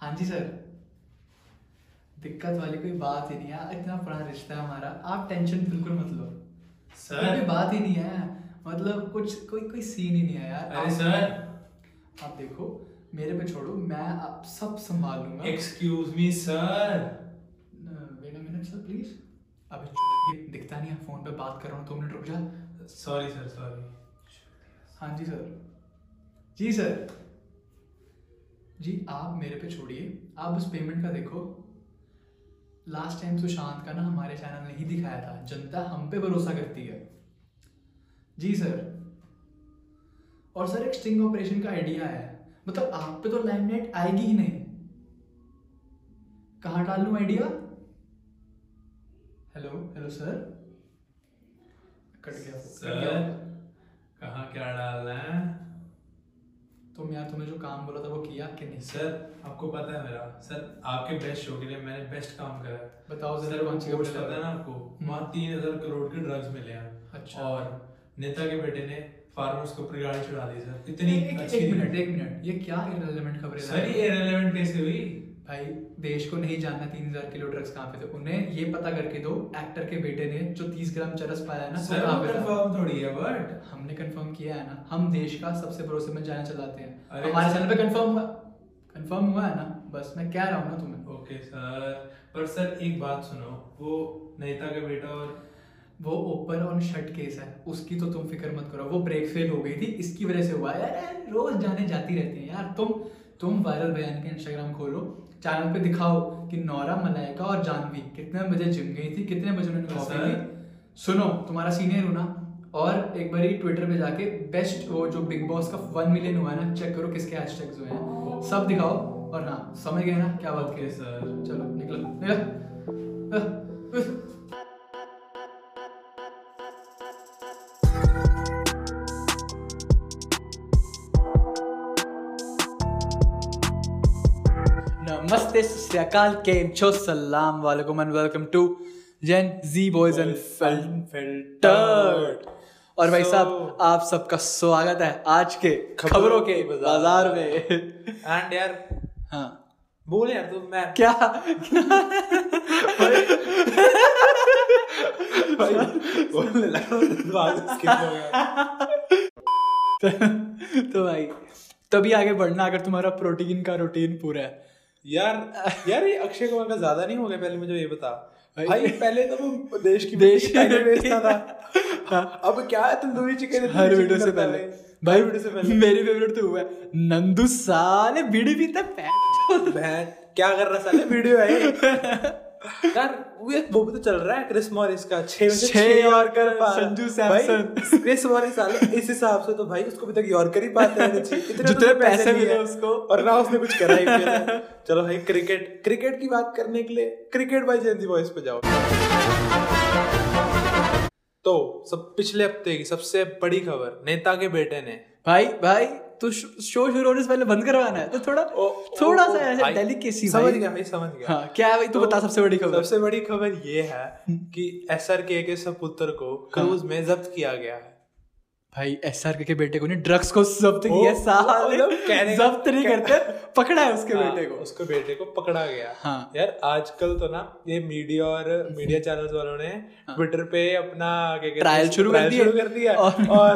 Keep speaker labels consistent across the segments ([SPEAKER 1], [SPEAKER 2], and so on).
[SPEAKER 1] हाँ जी सर दिक्कत वाली कोई बात ही नहीं है इतना बड़ा रिश्ता है हमारा आप टेंशन बिल्कुल मत लो सर कोई बात ही नहीं है मतलब कुछ कोई कोई सीन ही नहीं है यार
[SPEAKER 2] अरे
[SPEAKER 1] आप-
[SPEAKER 2] सर।
[SPEAKER 1] आप देखो मेरे पे छोड़ो मैं आप सब संभाल लूंगा
[SPEAKER 2] excuse me sir
[SPEAKER 1] wait a minute sir please अबे चुप, ये दिखता नहीं है फोन पे बात कर रहा हूँ दो मिनट रुक जा
[SPEAKER 2] सॉरी सर सॉरी
[SPEAKER 1] हाँ जी सर जी सर जी आप मेरे पे छोड़िए आप उस पेमेंट का देखो लास्ट टाइम सुशांत का ना हमारे चैनल ने ही दिखाया था जनता हम पे भरोसा करती है जी सर और सर एक स्टिंग ऑपरेशन का आइडिया है मतलब आप पे तो लाइमलाइट आएगी ही नहीं कहाँ डाल लूँ idea hello hello sir cut गया कट
[SPEAKER 2] सर
[SPEAKER 1] गया
[SPEAKER 2] कहाँ क्या डालना है
[SPEAKER 1] तुम तो यार तुमने जो काम बोला था वो किया कि नहीं
[SPEAKER 2] सर आपको पता है मेरा सर आपके बेस्ट शो के लिए मैंने बेस्ट काम करा है
[SPEAKER 1] बताओ जरा
[SPEAKER 2] सर वो
[SPEAKER 1] कौन सी
[SPEAKER 2] कोर्स
[SPEAKER 1] कंपनी
[SPEAKER 2] पता है ना आपको वहाँ तीन हजार करोड़ के ड्रग्स मिले हैं
[SPEAKER 1] अच्छा।
[SPEAKER 2] और नेता के बेटे ने फार्मर्स के ऊपर गाड़ी चढ़ा दी सर
[SPEAKER 1] इतनी
[SPEAKER 2] इतनी अच्छी
[SPEAKER 1] एक मिनट एक मिनट ये क्या इरेलीवेंट खबरें ला
[SPEAKER 2] सर
[SPEAKER 1] रहे
[SPEAKER 2] ये रेलेवेंट कैसे हुई
[SPEAKER 1] हो? भाई देश को नहीं जानना तीन हजार किलो ड्रग्स कहाँ पे थे उन्हें ये पता करके दो एक्टर के बेटे ने जो तीस ग्राम चरस पाया है ना वो
[SPEAKER 2] सर
[SPEAKER 1] कहाँ
[SPEAKER 2] वो
[SPEAKER 1] पे था
[SPEAKER 2] कंफर्म थोड़ी है बट
[SPEAKER 1] हमने कंफर्म किया है ना हम देश का सबसे भरोसेमंद चैनल चलाते हैं
[SPEAKER 2] अरे
[SPEAKER 1] हमारे
[SPEAKER 2] सर-
[SPEAKER 1] चैनल पे कंफर्म हुआ कंफर्म हुआ है ना बस मैं कह रहा हूँ ना तुम्हें
[SPEAKER 2] ओके सर पर सर एक बात सुनो वो नेता का बेटा और
[SPEAKER 1] वो ओपन और शट केस है उसकी तो तुम फिक्र मत करो वो ब्रेक फेल हो गई थी इसकी वजह से हुआ है। यार यार, रोज जाने जाती रहती है यार तुम तुम वायरल बयान के इंस्टाग्राम खोलो चैनल पे दिखाओ कि नौरा मलाइका और जानवी कितने बजे जिम गई थी कितने बजे उन्होंने कॉफी
[SPEAKER 2] सर।
[SPEAKER 1] ली सुनो तुम्हारा सीनियर हो ना और एक बार ट्विटर पे जाके बेस्ट वो जो बिग बॉस का वन मिलियन हुआ है ना चेक करो किसके हैशटैग्स हुए हैं सब दिखाओ और हाँ समझ गए ना क्या बात
[SPEAKER 2] ओके
[SPEAKER 1] कही
[SPEAKER 2] सर
[SPEAKER 1] चलो निकलो निकलो अह, उफ। नमस्ते सत्याकाल केम छो सलाम वालेकुम and welcome to Gen Z boys and filtered और भाई साहब आप सबका स्वागत है आज के
[SPEAKER 2] खबरों
[SPEAKER 1] खबरों के
[SPEAKER 2] के बाजार
[SPEAKER 1] बाजार में
[SPEAKER 2] एंड यार
[SPEAKER 1] हाँ
[SPEAKER 2] बोल यार तुम मैं
[SPEAKER 1] क्या
[SPEAKER 2] बोलने लगा बात skip हो गया
[SPEAKER 1] तो भाई तभी आगे बढ़ना अगर तुम्हारा प्रोटीन का रूटीन पूरा है
[SPEAKER 2] यार यार ये अक्षय कुमार का ज्यादा नहीं हो गया पहले मुझे ये बता
[SPEAKER 1] भाई-
[SPEAKER 2] भाई पहले तो वो देश की
[SPEAKER 1] देश की
[SPEAKER 2] पहले
[SPEAKER 1] मिट्टी।
[SPEAKER 2] बेचता था अब क्या है तंदूरी चिकन
[SPEAKER 1] हर वीडियो से पहले
[SPEAKER 2] भाई वीडियो से पहले
[SPEAKER 1] मेरी फेवरेट तो हुआ है नंदू साले बीड़ी पीता पैंट
[SPEAKER 2] बहन क्या कर रहा साले वीडियो है ये। यार वो एक वो भी तो चल रहा है क्रिस मॉरिस का छह में से
[SPEAKER 1] छह
[SPEAKER 2] छह यॉर्कर
[SPEAKER 1] यॉर्कर,
[SPEAKER 2] पा रहा।
[SPEAKER 1] संजू
[SPEAKER 2] भाई,
[SPEAKER 1] सैमसन।
[SPEAKER 2] क्रिस मॉरिस साले इस हिसाब से तो भाई उसको अभी तक यॉर्कर ही पाते रहने चाहिए इतने तो
[SPEAKER 1] जितने
[SPEAKER 2] उसको
[SPEAKER 1] पैसे
[SPEAKER 2] नहीं
[SPEAKER 1] मिले
[SPEAKER 2] है।
[SPEAKER 1] उसको।
[SPEAKER 2] और ना उसने कुछ करा ही नहीं है। चलो भाई क्रिकेट क्रिकेट की बात करने के लिए क्रिकेट बाय जेंजी बॉयज पे जाओ तो सब पिछले हफ्ते की सबसे बड़ी खबर नेता के बेटे ने
[SPEAKER 1] भाई भाई तू शो शुरू होने से पहले बंद करवाना है तो थोड़ा
[SPEAKER 2] ओ-
[SPEAKER 1] थोड़ा
[SPEAKER 2] ओ-
[SPEAKER 1] सा ऐसे
[SPEAKER 2] भाई,
[SPEAKER 1] डेलिकेसी
[SPEAKER 2] समझ गया भाई समझ गया तो
[SPEAKER 1] हाँ क्या है भाई तू बता सबसे बड़ी खबर
[SPEAKER 2] सबसे बड़ी खबर ये है कि एस के सपुत्र को
[SPEAKER 1] हाँ।
[SPEAKER 2] क्रूज में जब्त किया गया है
[SPEAKER 1] भाई एस आर के बेटे को नहीं ड्रग्स को जब्त किया
[SPEAKER 2] ओ- ओ- मतलब
[SPEAKER 1] साले
[SPEAKER 2] कहने का-
[SPEAKER 1] जब्त नहीं करते पकड़ा है उसके
[SPEAKER 2] हाँ,
[SPEAKER 1] बेटे को
[SPEAKER 2] उसके बेटे को पकड़ा गया
[SPEAKER 1] हाँ।
[SPEAKER 2] यार आजकल तो ना ये मीडिया और मीडिया चैनल्स वालों ने ट्विटर पे अपना क्या कहते हैं,
[SPEAKER 1] हाँ। Trial शुरू कर
[SPEAKER 2] trial
[SPEAKER 1] दिए।
[SPEAKER 2] शुरू कर दिया
[SPEAKER 1] और-
[SPEAKER 2] और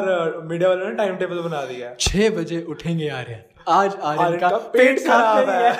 [SPEAKER 2] मीडिया वालों ने टाइम टेबल बना दिया
[SPEAKER 1] छह बजे उठेंगे आर्यन आज आर्यन
[SPEAKER 2] आर्यन
[SPEAKER 1] का पेट खराब है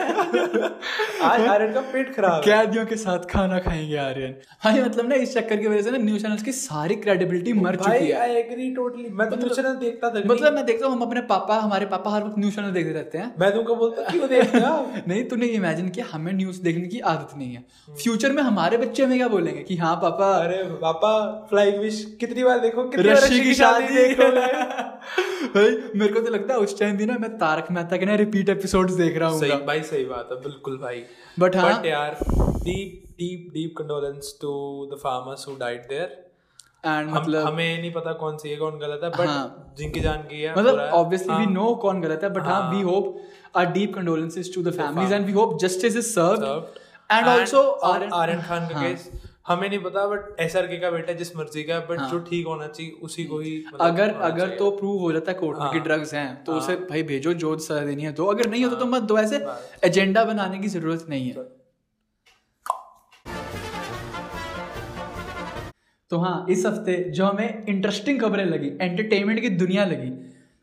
[SPEAKER 2] आज आर्यन का पेट खराब है
[SPEAKER 1] कैदियों के साथ खाना खाएंगे आर्यन हाँ ये मतलब ना इस चक्कर की वजह से ना न्यूज चैनल्स की सारी क्रेडिबिलिटी मर चुकी
[SPEAKER 2] भाई
[SPEAKER 1] है
[SPEAKER 2] आई एग्री टोटली मैं तो कुछ ना देखता था
[SPEAKER 1] मतलब मैं देखता हूँ हम अपने पापा हमारे पापा हर वक्त न्यूज चैनल देखते रहते हैं
[SPEAKER 2] मैं तुमको बोलता क्यों देखता
[SPEAKER 1] नहीं तूने इमेजिन किया हमें न्यूज देखने की आदत नहीं है फ्यूचर में हमारे बच्चे हमें क्या बोलेंगे कि हाँ पापा
[SPEAKER 2] अरे पापा फ्लाइंग विश कितनी बार देखो कितनी बार
[SPEAKER 1] रश्मि की शादी
[SPEAKER 2] देखोगे
[SPEAKER 1] भाई मेरे को तो लगता है उस टाइम भी ना मैं तारक मेहता के ना रिपीट एपिसोड्स देख रहा
[SPEAKER 2] सही
[SPEAKER 1] हूँ
[SPEAKER 2] भाई सही बात है बिल्कुल भाई
[SPEAKER 1] But हाँ।
[SPEAKER 2] बट यार deep deep deep condolence to the farmers who died there
[SPEAKER 1] and मतलब
[SPEAKER 2] हमें नहीं पता कौन सही है कौन गलत है बट
[SPEAKER 1] हाँ।
[SPEAKER 2] जिनकी जान की है
[SPEAKER 1] मतलब
[SPEAKER 2] बुरा है। हाँ,
[SPEAKER 1] ऑब्वियसली वी नो कौन गलत है बट हाँ we hope our deep condolences to the families and we hope justice is served
[SPEAKER 2] Served.
[SPEAKER 1] And
[SPEAKER 2] And-
[SPEAKER 1] also
[SPEAKER 2] और आर्यन खान का केस हमें नहीं पता बट एस का बेटा जिस मर्जी का बट
[SPEAKER 1] हाँ।
[SPEAKER 2] जो ठीक होना चाहिए उसी को ही मतलब
[SPEAKER 1] अगर
[SPEAKER 2] होना
[SPEAKER 1] अगर
[SPEAKER 2] चाहिए।
[SPEAKER 1] तो प्रूव हो जाता है कोर्ट में
[SPEAKER 2] हाँ।
[SPEAKER 1] कि ड्रग्स हैं तो
[SPEAKER 2] हाँ।
[SPEAKER 1] उसे भाई भेजो जो सजा देनी है दो अगर नहीं होता तो
[SPEAKER 2] हाँ।
[SPEAKER 1] मत दो ऐसे
[SPEAKER 2] बस।
[SPEAKER 1] एजेंडा बनाने की जरूरत नहीं है तो हाँ इस हफ्ते जो हमें इंटरेस्टिंग खबरें लगी एंटरटेनमेंट की दुनिया लगी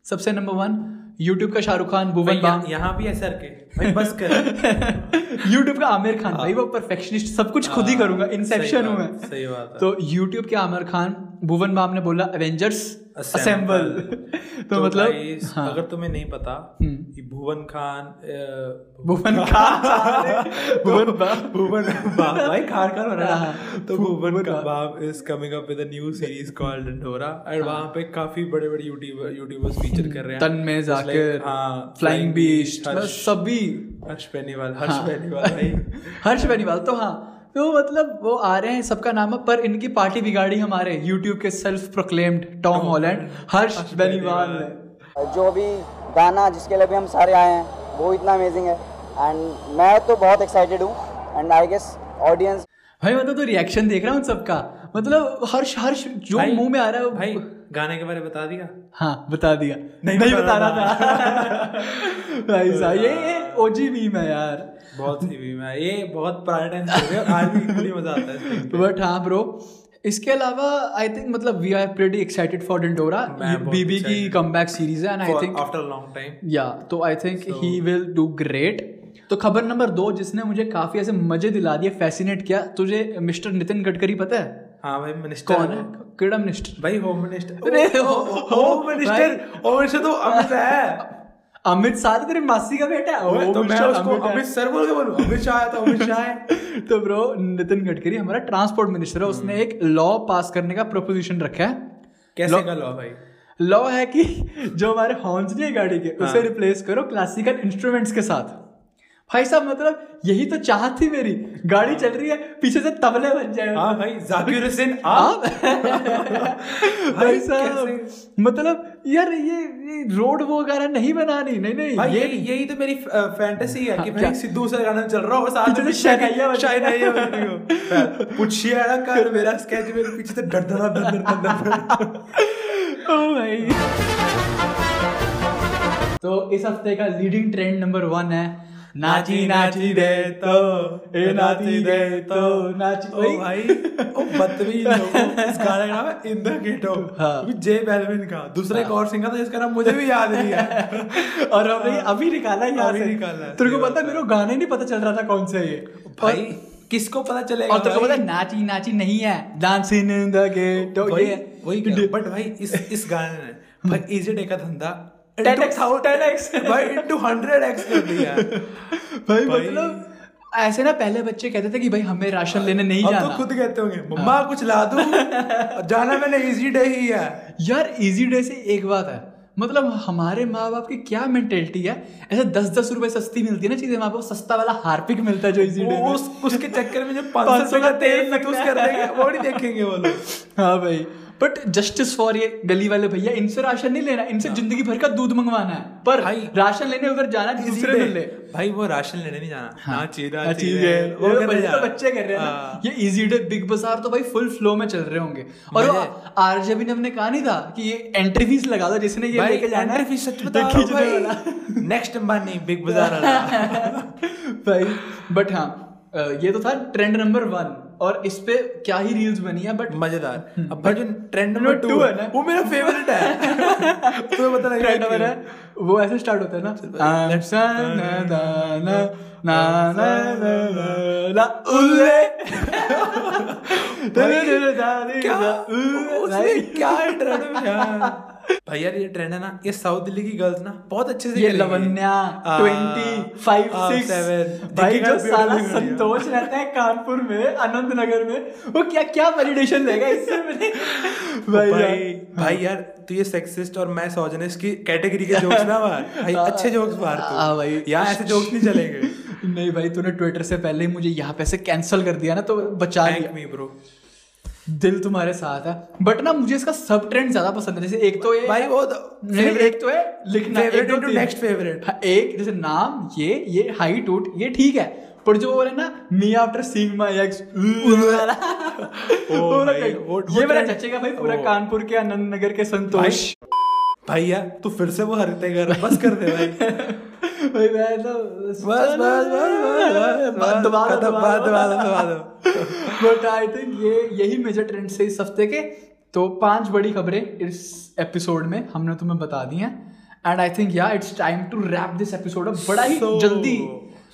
[SPEAKER 1] सबसे नंबर वन यूट्यूब का शाहरुख खान
[SPEAKER 2] भाई
[SPEAKER 1] भुवन
[SPEAKER 2] यहाँ-
[SPEAKER 1] बाम
[SPEAKER 2] यहाँ भी एस के भाई बस कर
[SPEAKER 1] यूट्यूब का आमिर खान भाई वो परफेक्शनिस्ट सब कुछ खुद ही
[SPEAKER 2] हाँ,
[SPEAKER 1] करूंगा
[SPEAKER 2] सही
[SPEAKER 1] इंसेप्शन हूं
[SPEAKER 2] बात-
[SPEAKER 1] मैं
[SPEAKER 2] सही बात है।
[SPEAKER 1] तो यूट्यूब के आमिर खान भुवन बाम ने बोला एवेंजर्स असेंबल तो मतलब
[SPEAKER 2] guys,
[SPEAKER 1] हाँ।
[SPEAKER 2] अगर तुम्हें नहीं पता
[SPEAKER 1] हम्म।
[SPEAKER 2] ये भुवन खान अ,
[SPEAKER 1] भुवन तो खान भुवन बाम
[SPEAKER 2] भुवन बाम भाई खान खान बना
[SPEAKER 1] हाँ।
[SPEAKER 2] रहा तो भुवन
[SPEAKER 1] भुवन
[SPEAKER 2] का
[SPEAKER 1] Bam.
[SPEAKER 2] Bam is coming up with a new series called Dhora और
[SPEAKER 1] हाँ।
[SPEAKER 2] वहां पे काफी बड़े-बड़े यूट्यूबर यूट्यूबर्स फीचर कर रहे हैं
[SPEAKER 1] तन्मय
[SPEAKER 2] It's like,
[SPEAKER 1] जाकिर
[SPEAKER 2] हाँ
[SPEAKER 1] फ्लाइंग बीस्ट
[SPEAKER 2] हर्ष
[SPEAKER 1] मतलब सभी
[SPEAKER 2] हर्ष बेनीवाल हर्ष
[SPEAKER 1] हाँ।
[SPEAKER 2] बेनीवाल भाई
[SPEAKER 1] हर्ष बेनीवाल तो हाँ तो मतलब वो आ रहे हैं सबका नाम है पर इनकी पार्टी बिगाड़ी हमारे यूट्यूब के self proclaimed Tom Holland Harsh
[SPEAKER 2] Harsh
[SPEAKER 1] Beniwal
[SPEAKER 2] Beniwal.
[SPEAKER 1] ने
[SPEAKER 3] जो भी गाना जिसके लिए भी हम सारे आए हैं वो इतना अमेजिंग है एंड मैं तो बहुत एक्साइटेड हूँ एंड आई गेस ऑडियंस
[SPEAKER 1] भाई मतलब तो रिएक्शन देख रहा हूँ उन सबका मतलब हर्ष हर्ष जो
[SPEAKER 2] भाई-
[SPEAKER 1] मुंह में आ रहा है
[SPEAKER 2] भाई
[SPEAKER 1] वो-
[SPEAKER 2] गाने के बारे में बता दिया
[SPEAKER 1] हाँ बता दिया
[SPEAKER 2] नहीं
[SPEAKER 1] बता
[SPEAKER 2] बता
[SPEAKER 1] रहा
[SPEAKER 2] रहा
[SPEAKER 1] था भाई साहब ये ये ओजी मीम है यार
[SPEAKER 2] बहुत ही भी मैं ये बहुत पुराने टाइम से हो गया आज भी इक्वली मजा आता है इसमें।
[SPEAKER 1] बट हाँ ब्रो इसके अलावा आई थिंक मतलब we are pretty excited for Dandora
[SPEAKER 2] मैं बहुत
[SPEAKER 1] बीबी की
[SPEAKER 2] excited हूँ।
[SPEAKER 1] कमबैक सीरीज है and I think
[SPEAKER 2] after long time
[SPEAKER 1] या तो I think he will do great तो खबर नंबर दो जिसने मुझे काफी ऐसे मजे दिला दिए फैसिनेट किया तुझे मिस्टर नितिन गडकरी पता है
[SPEAKER 2] हाँ भाई मिनिस्टर
[SPEAKER 1] कौन है किड़ा मिनिस्टर
[SPEAKER 2] भाई होम मिनिस्टर
[SPEAKER 1] अरे, हो-
[SPEAKER 2] होम मिनिस्टर
[SPEAKER 1] भाई।
[SPEAKER 2] होम मिनिस्टर तो अमित शाह है
[SPEAKER 1] अमित शाह तो तेरी मासी का बेटा है
[SPEAKER 2] ओए,
[SPEAKER 1] वो
[SPEAKER 2] तो मैं
[SPEAKER 1] मिस्टर
[SPEAKER 2] उसको
[SPEAKER 1] अमित है।
[SPEAKER 2] अमित सर बोल के बोलूं अमित शाह है तो अमित शाह है
[SPEAKER 1] तो ब्रो नितिन गडकरी हमारा ट्रांसपोर्ट मिनिस्टर है
[SPEAKER 2] हम्म।
[SPEAKER 1] उसने एक लॉ पास करने का प्रोपोजिशन रखा है
[SPEAKER 2] कैसे का लॉ भाई
[SPEAKER 1] लॉ है कि जो हमारे हॉर्न्स नहीं है गाड़ी के उसे
[SPEAKER 2] हाँ।
[SPEAKER 1] रिप्लेस करो क्लासिकल इंस्ट्रूमेंट्स के साथ भाई साहब मतलब यही तो चाहत थी मेरी गाड़ी चल रही है पीछे से तबले बन जाए
[SPEAKER 2] हाँ भाई जाकिर हुसैन हाँ?
[SPEAKER 1] आप
[SPEAKER 2] आप
[SPEAKER 1] भाई साहब मतलब यार ये, ये रोड वो वगैरह नहीं बनानी नहीं नहीं
[SPEAKER 2] भाई
[SPEAKER 1] ये हाँ,
[SPEAKER 2] यही यही तो मेरी फैंटेसी है कि
[SPEAKER 1] क्या?
[SPEAKER 2] भाई सिद्धू से गाना चल रहा हो और साथ
[SPEAKER 1] पीछे
[SPEAKER 2] में
[SPEAKER 1] से शहनाइया बज
[SPEAKER 2] शाइन आई हो पूछिए ना कर मेरा स्केच मेरे पीछे से डर डर डर डर डर
[SPEAKER 1] ओ भाई तो इस हफ्ते का लीडिंग ट्रेंड नंबर वन है नाची नाची दे तो ए नाची दे तो नाची
[SPEAKER 2] ओ भाई ओ बदतमीज लोगों इस गाने का नाम है इन द गेटो
[SPEAKER 1] हाँ।
[SPEAKER 2] जे बेलविन का दूसरा एक और सिंगर था जिसका नाम मुझे भी याद नहीं है
[SPEAKER 1] और हमने अभी निकाला यहाँ
[SPEAKER 2] हाँ। अभी
[SPEAKER 1] से
[SPEAKER 2] निकाला है,
[SPEAKER 1] तेरे को पता है,
[SPEAKER 2] सही बात है।
[SPEAKER 1] मेरे को गाने नहीं पता चल रहा था कौन सा ये
[SPEAKER 2] भाई
[SPEAKER 1] और-
[SPEAKER 2] किसको पता चलेगा
[SPEAKER 1] और तेरे को
[SPEAKER 2] भाई?
[SPEAKER 1] पता है, नाची नाची नहीं है डांसिंग इन द गेट तो
[SPEAKER 2] वही
[SPEAKER 1] ये
[SPEAKER 2] वही
[SPEAKER 1] डे-
[SPEAKER 2] बट भाई इस इस गाने ने भाई इजी टेक का धंधा
[SPEAKER 1] 10x, 10x
[SPEAKER 2] भाई into 100x कर दिया है।
[SPEAKER 1] भाई
[SPEAKER 2] भाई।
[SPEAKER 1] मतलब ऐसे ना पहले बच्चे कहते थे कि भाई हमें राशन लेने नहीं
[SPEAKER 2] अब
[SPEAKER 1] जाना
[SPEAKER 2] तो खुद कहते होंगे मम्मा कुछ ला दूं जाना मैंने इजी डे ही है
[SPEAKER 1] यार इजी डे से एक बात है मतलब हमारे माँ बाप की क्या मेंटेलिटी है ऐसे दस दस रुपए सस्ती मिलती है ना चीजें माँ बाप सस्ता वाला हार्पिक मिलता है जो इजी डे
[SPEAKER 2] वो उस उसके चक्कर में जो 500 सौ का तेल महसूस कर देंगे वो नहीं देखेंगे वो लोग
[SPEAKER 1] हाँ भाई बट जस्टिस फॉर ये गली वाले भैया इनसे राशन नहीं लेना इनसे जिंदगी भर का दूध मंगवाना है पर
[SPEAKER 2] हाँ। भाई।
[SPEAKER 1] राशन लेने उधर जाना तो
[SPEAKER 2] Easy
[SPEAKER 1] दूसरे
[SPEAKER 2] day।
[SPEAKER 1] मिले
[SPEAKER 2] भाई वो राशन लेने नहीं जाना ना चीरा
[SPEAKER 1] हाँ, चीज़
[SPEAKER 2] चीरे, तो
[SPEAKER 1] है।
[SPEAKER 2] वो
[SPEAKER 1] ये
[SPEAKER 2] करने
[SPEAKER 1] बच्चे- तो
[SPEAKER 2] जाना।
[SPEAKER 1] बच्चे कर रहे हैं ना
[SPEAKER 2] हाँ।
[SPEAKER 1] ये इजी डे बिग बाजार तो भाई फुल फ्लो में चल रहे होंगे और
[SPEAKER 2] मजे।
[SPEAKER 1] आरजे भी ने हमने कहा नहीं था कि ये एंट्री फीस लगा दो जिसने ये
[SPEAKER 2] भाई
[SPEAKER 1] लेके जाना है,
[SPEAKER 2] एंट्री सच
[SPEAKER 1] ये
[SPEAKER 2] बता रहा हूँ
[SPEAKER 1] खींचने वाला।
[SPEAKER 2] भाई नेक्स्ट अंबानी बिग बाजार वाला
[SPEAKER 1] भाई बट हाँ अ, ये तो था ट्रेंड नंबर वन और इस पे क्या ही रील्स बनी है बट
[SPEAKER 2] मजेदार अब भाई जो ट्रेंड
[SPEAKER 1] नंबर हम्म।
[SPEAKER 2] नंबर
[SPEAKER 1] two
[SPEAKER 2] टू
[SPEAKER 1] है
[SPEAKER 2] है
[SPEAKER 1] ना?
[SPEAKER 2] ना वो मेरा फेवरेट है तुम्हें पता तो नहीं
[SPEAKER 1] ट्रेंड नंबर है वो ऐसे स्टार्ट होता है ना आम सा ना ना ना ना ना ना ना ना उल्ले
[SPEAKER 2] भाई, क्या उसने
[SPEAKER 1] क्या
[SPEAKER 2] क्या है ट्रेंड में यार भाई यार ये ट्रेंड है ना ये साउथ दिल्ली की गर्ल्स ना बहुत अच्छे से
[SPEAKER 1] ये
[SPEAKER 2] करेंगी।
[SPEAKER 1] लवन्या
[SPEAKER 2] आ,
[SPEAKER 1] ट्वेंटी फाइव
[SPEAKER 2] आ, seven।
[SPEAKER 1] सिक्स भाई
[SPEAKER 2] दिखेगा
[SPEAKER 1] जो साला
[SPEAKER 2] beautiful है।
[SPEAKER 1] संतोष रहता है कानपुर में आनंद नगर में वो क्या क्या वैलिडेशन देगा इससे मैंने
[SPEAKER 2] भाई
[SPEAKER 1] यार। हाँ।
[SPEAKER 2] भाई, भाई यार तू ये सेक्सिस्ट और मैं सोजनिस्ट की कैटेगरी के जोक्स ना मार भाई
[SPEAKER 1] हाँ।
[SPEAKER 2] अच्छे जोक्स मार तू
[SPEAKER 1] हाँ भाई।
[SPEAKER 2] तो। यहाँ ऐसे जोक्स नहीं चलेंगे
[SPEAKER 1] नहीं भाई तूने ट्विटर से पहले ही मुझे यहाँ पे से कैंसिल कर दिया ना तो बचा
[SPEAKER 2] थैंक
[SPEAKER 1] लिया
[SPEAKER 2] मी ब्रो
[SPEAKER 1] दिल तुम्हारे साथ है बट ना मुझे इसका सब ट्रेंड ज्यादा पसंद है जैसे एक तो ये
[SPEAKER 2] भाई वो
[SPEAKER 1] नहीं, एक तो है लिखना एक
[SPEAKER 2] फेवरेट
[SPEAKER 1] दो
[SPEAKER 2] इनटू
[SPEAKER 1] तीन।
[SPEAKER 2] नेक्स्ट फेवरेट
[SPEAKER 1] हाँ, एक जैसे नाम ये ये हाइट उट ये ठीक है पर जो वो वाला ना me after seeing my ex
[SPEAKER 2] Oh
[SPEAKER 1] वो वाला
[SPEAKER 2] my
[SPEAKER 1] कट।
[SPEAKER 2] God, what-
[SPEAKER 1] ये
[SPEAKER 2] what
[SPEAKER 1] मेरा
[SPEAKER 2] trend?
[SPEAKER 1] चचेगा भाई पूरा
[SPEAKER 2] Oh.
[SPEAKER 1] कानपुर के आनंद नगर के संतोष
[SPEAKER 2] भाई भैया तू फिर से वो हरते कर बस कर दे भाई
[SPEAKER 1] भाई मैं तो
[SPEAKER 2] बस बस बस बस बस
[SPEAKER 1] दोबारा
[SPEAKER 2] खत्म,
[SPEAKER 1] दोबारा
[SPEAKER 2] बस, दोबारा दोबारा
[SPEAKER 1] बट आई थिंक ये यही मेजर ट्रेंड से इस हफ्ते के तो पांच बड़ी खबरें इस एपिसोड में हमने तुम्हें बता दी हैं एंड आई थिंक या it's time to wrap this episode up बड़ा ही
[SPEAKER 2] So-
[SPEAKER 1] जल्दी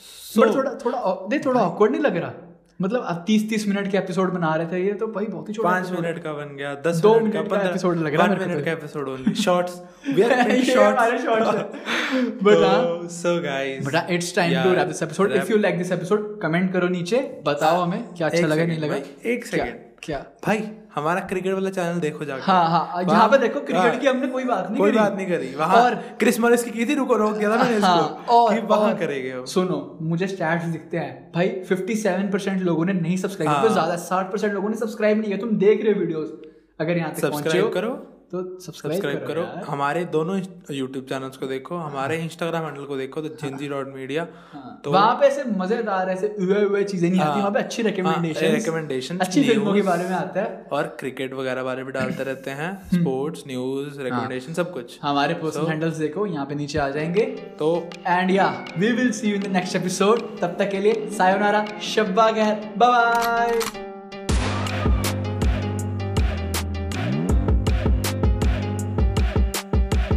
[SPEAKER 2] so-
[SPEAKER 1] बट थोड़ा थोड़ा नहीं थोड़ा ऑकवर्ड नहीं लग रहा मतलब अब तीस तीस मिनट के एपिसोड बना रहे थे ये तो भाई बहुत ही छोटा
[SPEAKER 2] पांच
[SPEAKER 1] episode है।
[SPEAKER 2] मिनट का बन गया दस
[SPEAKER 1] दो
[SPEAKER 2] मिनट का
[SPEAKER 1] मिनट का
[SPEAKER 2] पंद्रह
[SPEAKER 1] episode लग रहा है
[SPEAKER 2] one
[SPEAKER 1] मेरे को
[SPEAKER 2] मिनट
[SPEAKER 1] तो।
[SPEAKER 2] का episode only shorts we are
[SPEAKER 1] ये हमारे shorts हैं। But हाँ,
[SPEAKER 2] सो गाइस
[SPEAKER 1] बट हाँ, it's time to wrap this episode if you like this episode comment करो नीचे बताओ हमें क्या अच्छा
[SPEAKER 2] एक
[SPEAKER 1] लगा नहीं
[SPEAKER 2] second
[SPEAKER 1] लगा
[SPEAKER 2] भाई, एक
[SPEAKER 1] क्या-
[SPEAKER 2] second।
[SPEAKER 1] क्या
[SPEAKER 2] भाई हमारा क्रिकेट वाला चैनल देखो जाके
[SPEAKER 1] हाँ हाँ
[SPEAKER 2] वहाँ-
[SPEAKER 1] यहाँ पे देखो क्रिकेट
[SPEAKER 2] हाँ,
[SPEAKER 1] की हमने कोई बात नहीं
[SPEAKER 2] कोई
[SPEAKER 1] करी
[SPEAKER 2] बात नहीं करी वहां
[SPEAKER 1] और
[SPEAKER 2] और क्रिस मॉरिस की की थी रुको रोक दिया था मैंने
[SPEAKER 1] हाँ,
[SPEAKER 2] इसको
[SPEAKER 1] और
[SPEAKER 2] कि वहां
[SPEAKER 1] और-
[SPEAKER 2] करेंगे वो।
[SPEAKER 1] सुनो मुझे स्टैट्स दिखते हैं भाई 57% लोगों ने नहीं सब्सक्राइब किया
[SPEAKER 2] हाँ।
[SPEAKER 1] तो ज्यादा 60% लोगों ने सब्सक्राइब नहीं किया तुम देख रहे हो वीडियोस अगर यहाँ तक पहुंचे हो
[SPEAKER 2] सब्सक्राइब करो
[SPEAKER 1] तो सब्सक्राइब
[SPEAKER 2] सब्सक्राइब करो हाँ,
[SPEAKER 1] यार।
[SPEAKER 2] हमारे दोनों यूट्यूब चैनल्स को देखो हमारे इंस्टाग्राम हैंडल को देखो तो जिंजी डॉट मीडिया
[SPEAKER 1] हाँ,
[SPEAKER 2] तो
[SPEAKER 1] वहाँ पे ऐसे मजेदार ऐसे उए उए चीजें नहीं आती
[SPEAKER 2] हाँ,
[SPEAKER 1] वहाँ पे अच्छी
[SPEAKER 2] हाँ,
[SPEAKER 1] रिकमेंडेशन
[SPEAKER 2] recommendations,
[SPEAKER 1] अच्छी फिल्मों के
[SPEAKER 2] news,
[SPEAKER 1] बारे में आता है
[SPEAKER 2] और क्रिकेट वगैरह बारे में डालते रहते हैं स्पोर्ट्स न्यूज रिकमेंडेशन सब कुछ
[SPEAKER 1] हमारे पर्सनल
[SPEAKER 2] So-
[SPEAKER 1] हैंडल्स देखो यहाँ पे नीचे आ जाएंगे
[SPEAKER 2] तो
[SPEAKER 1] एंड या we will see you in the next episode तब तक के लिए सायोनारा शब्बा गैर बाय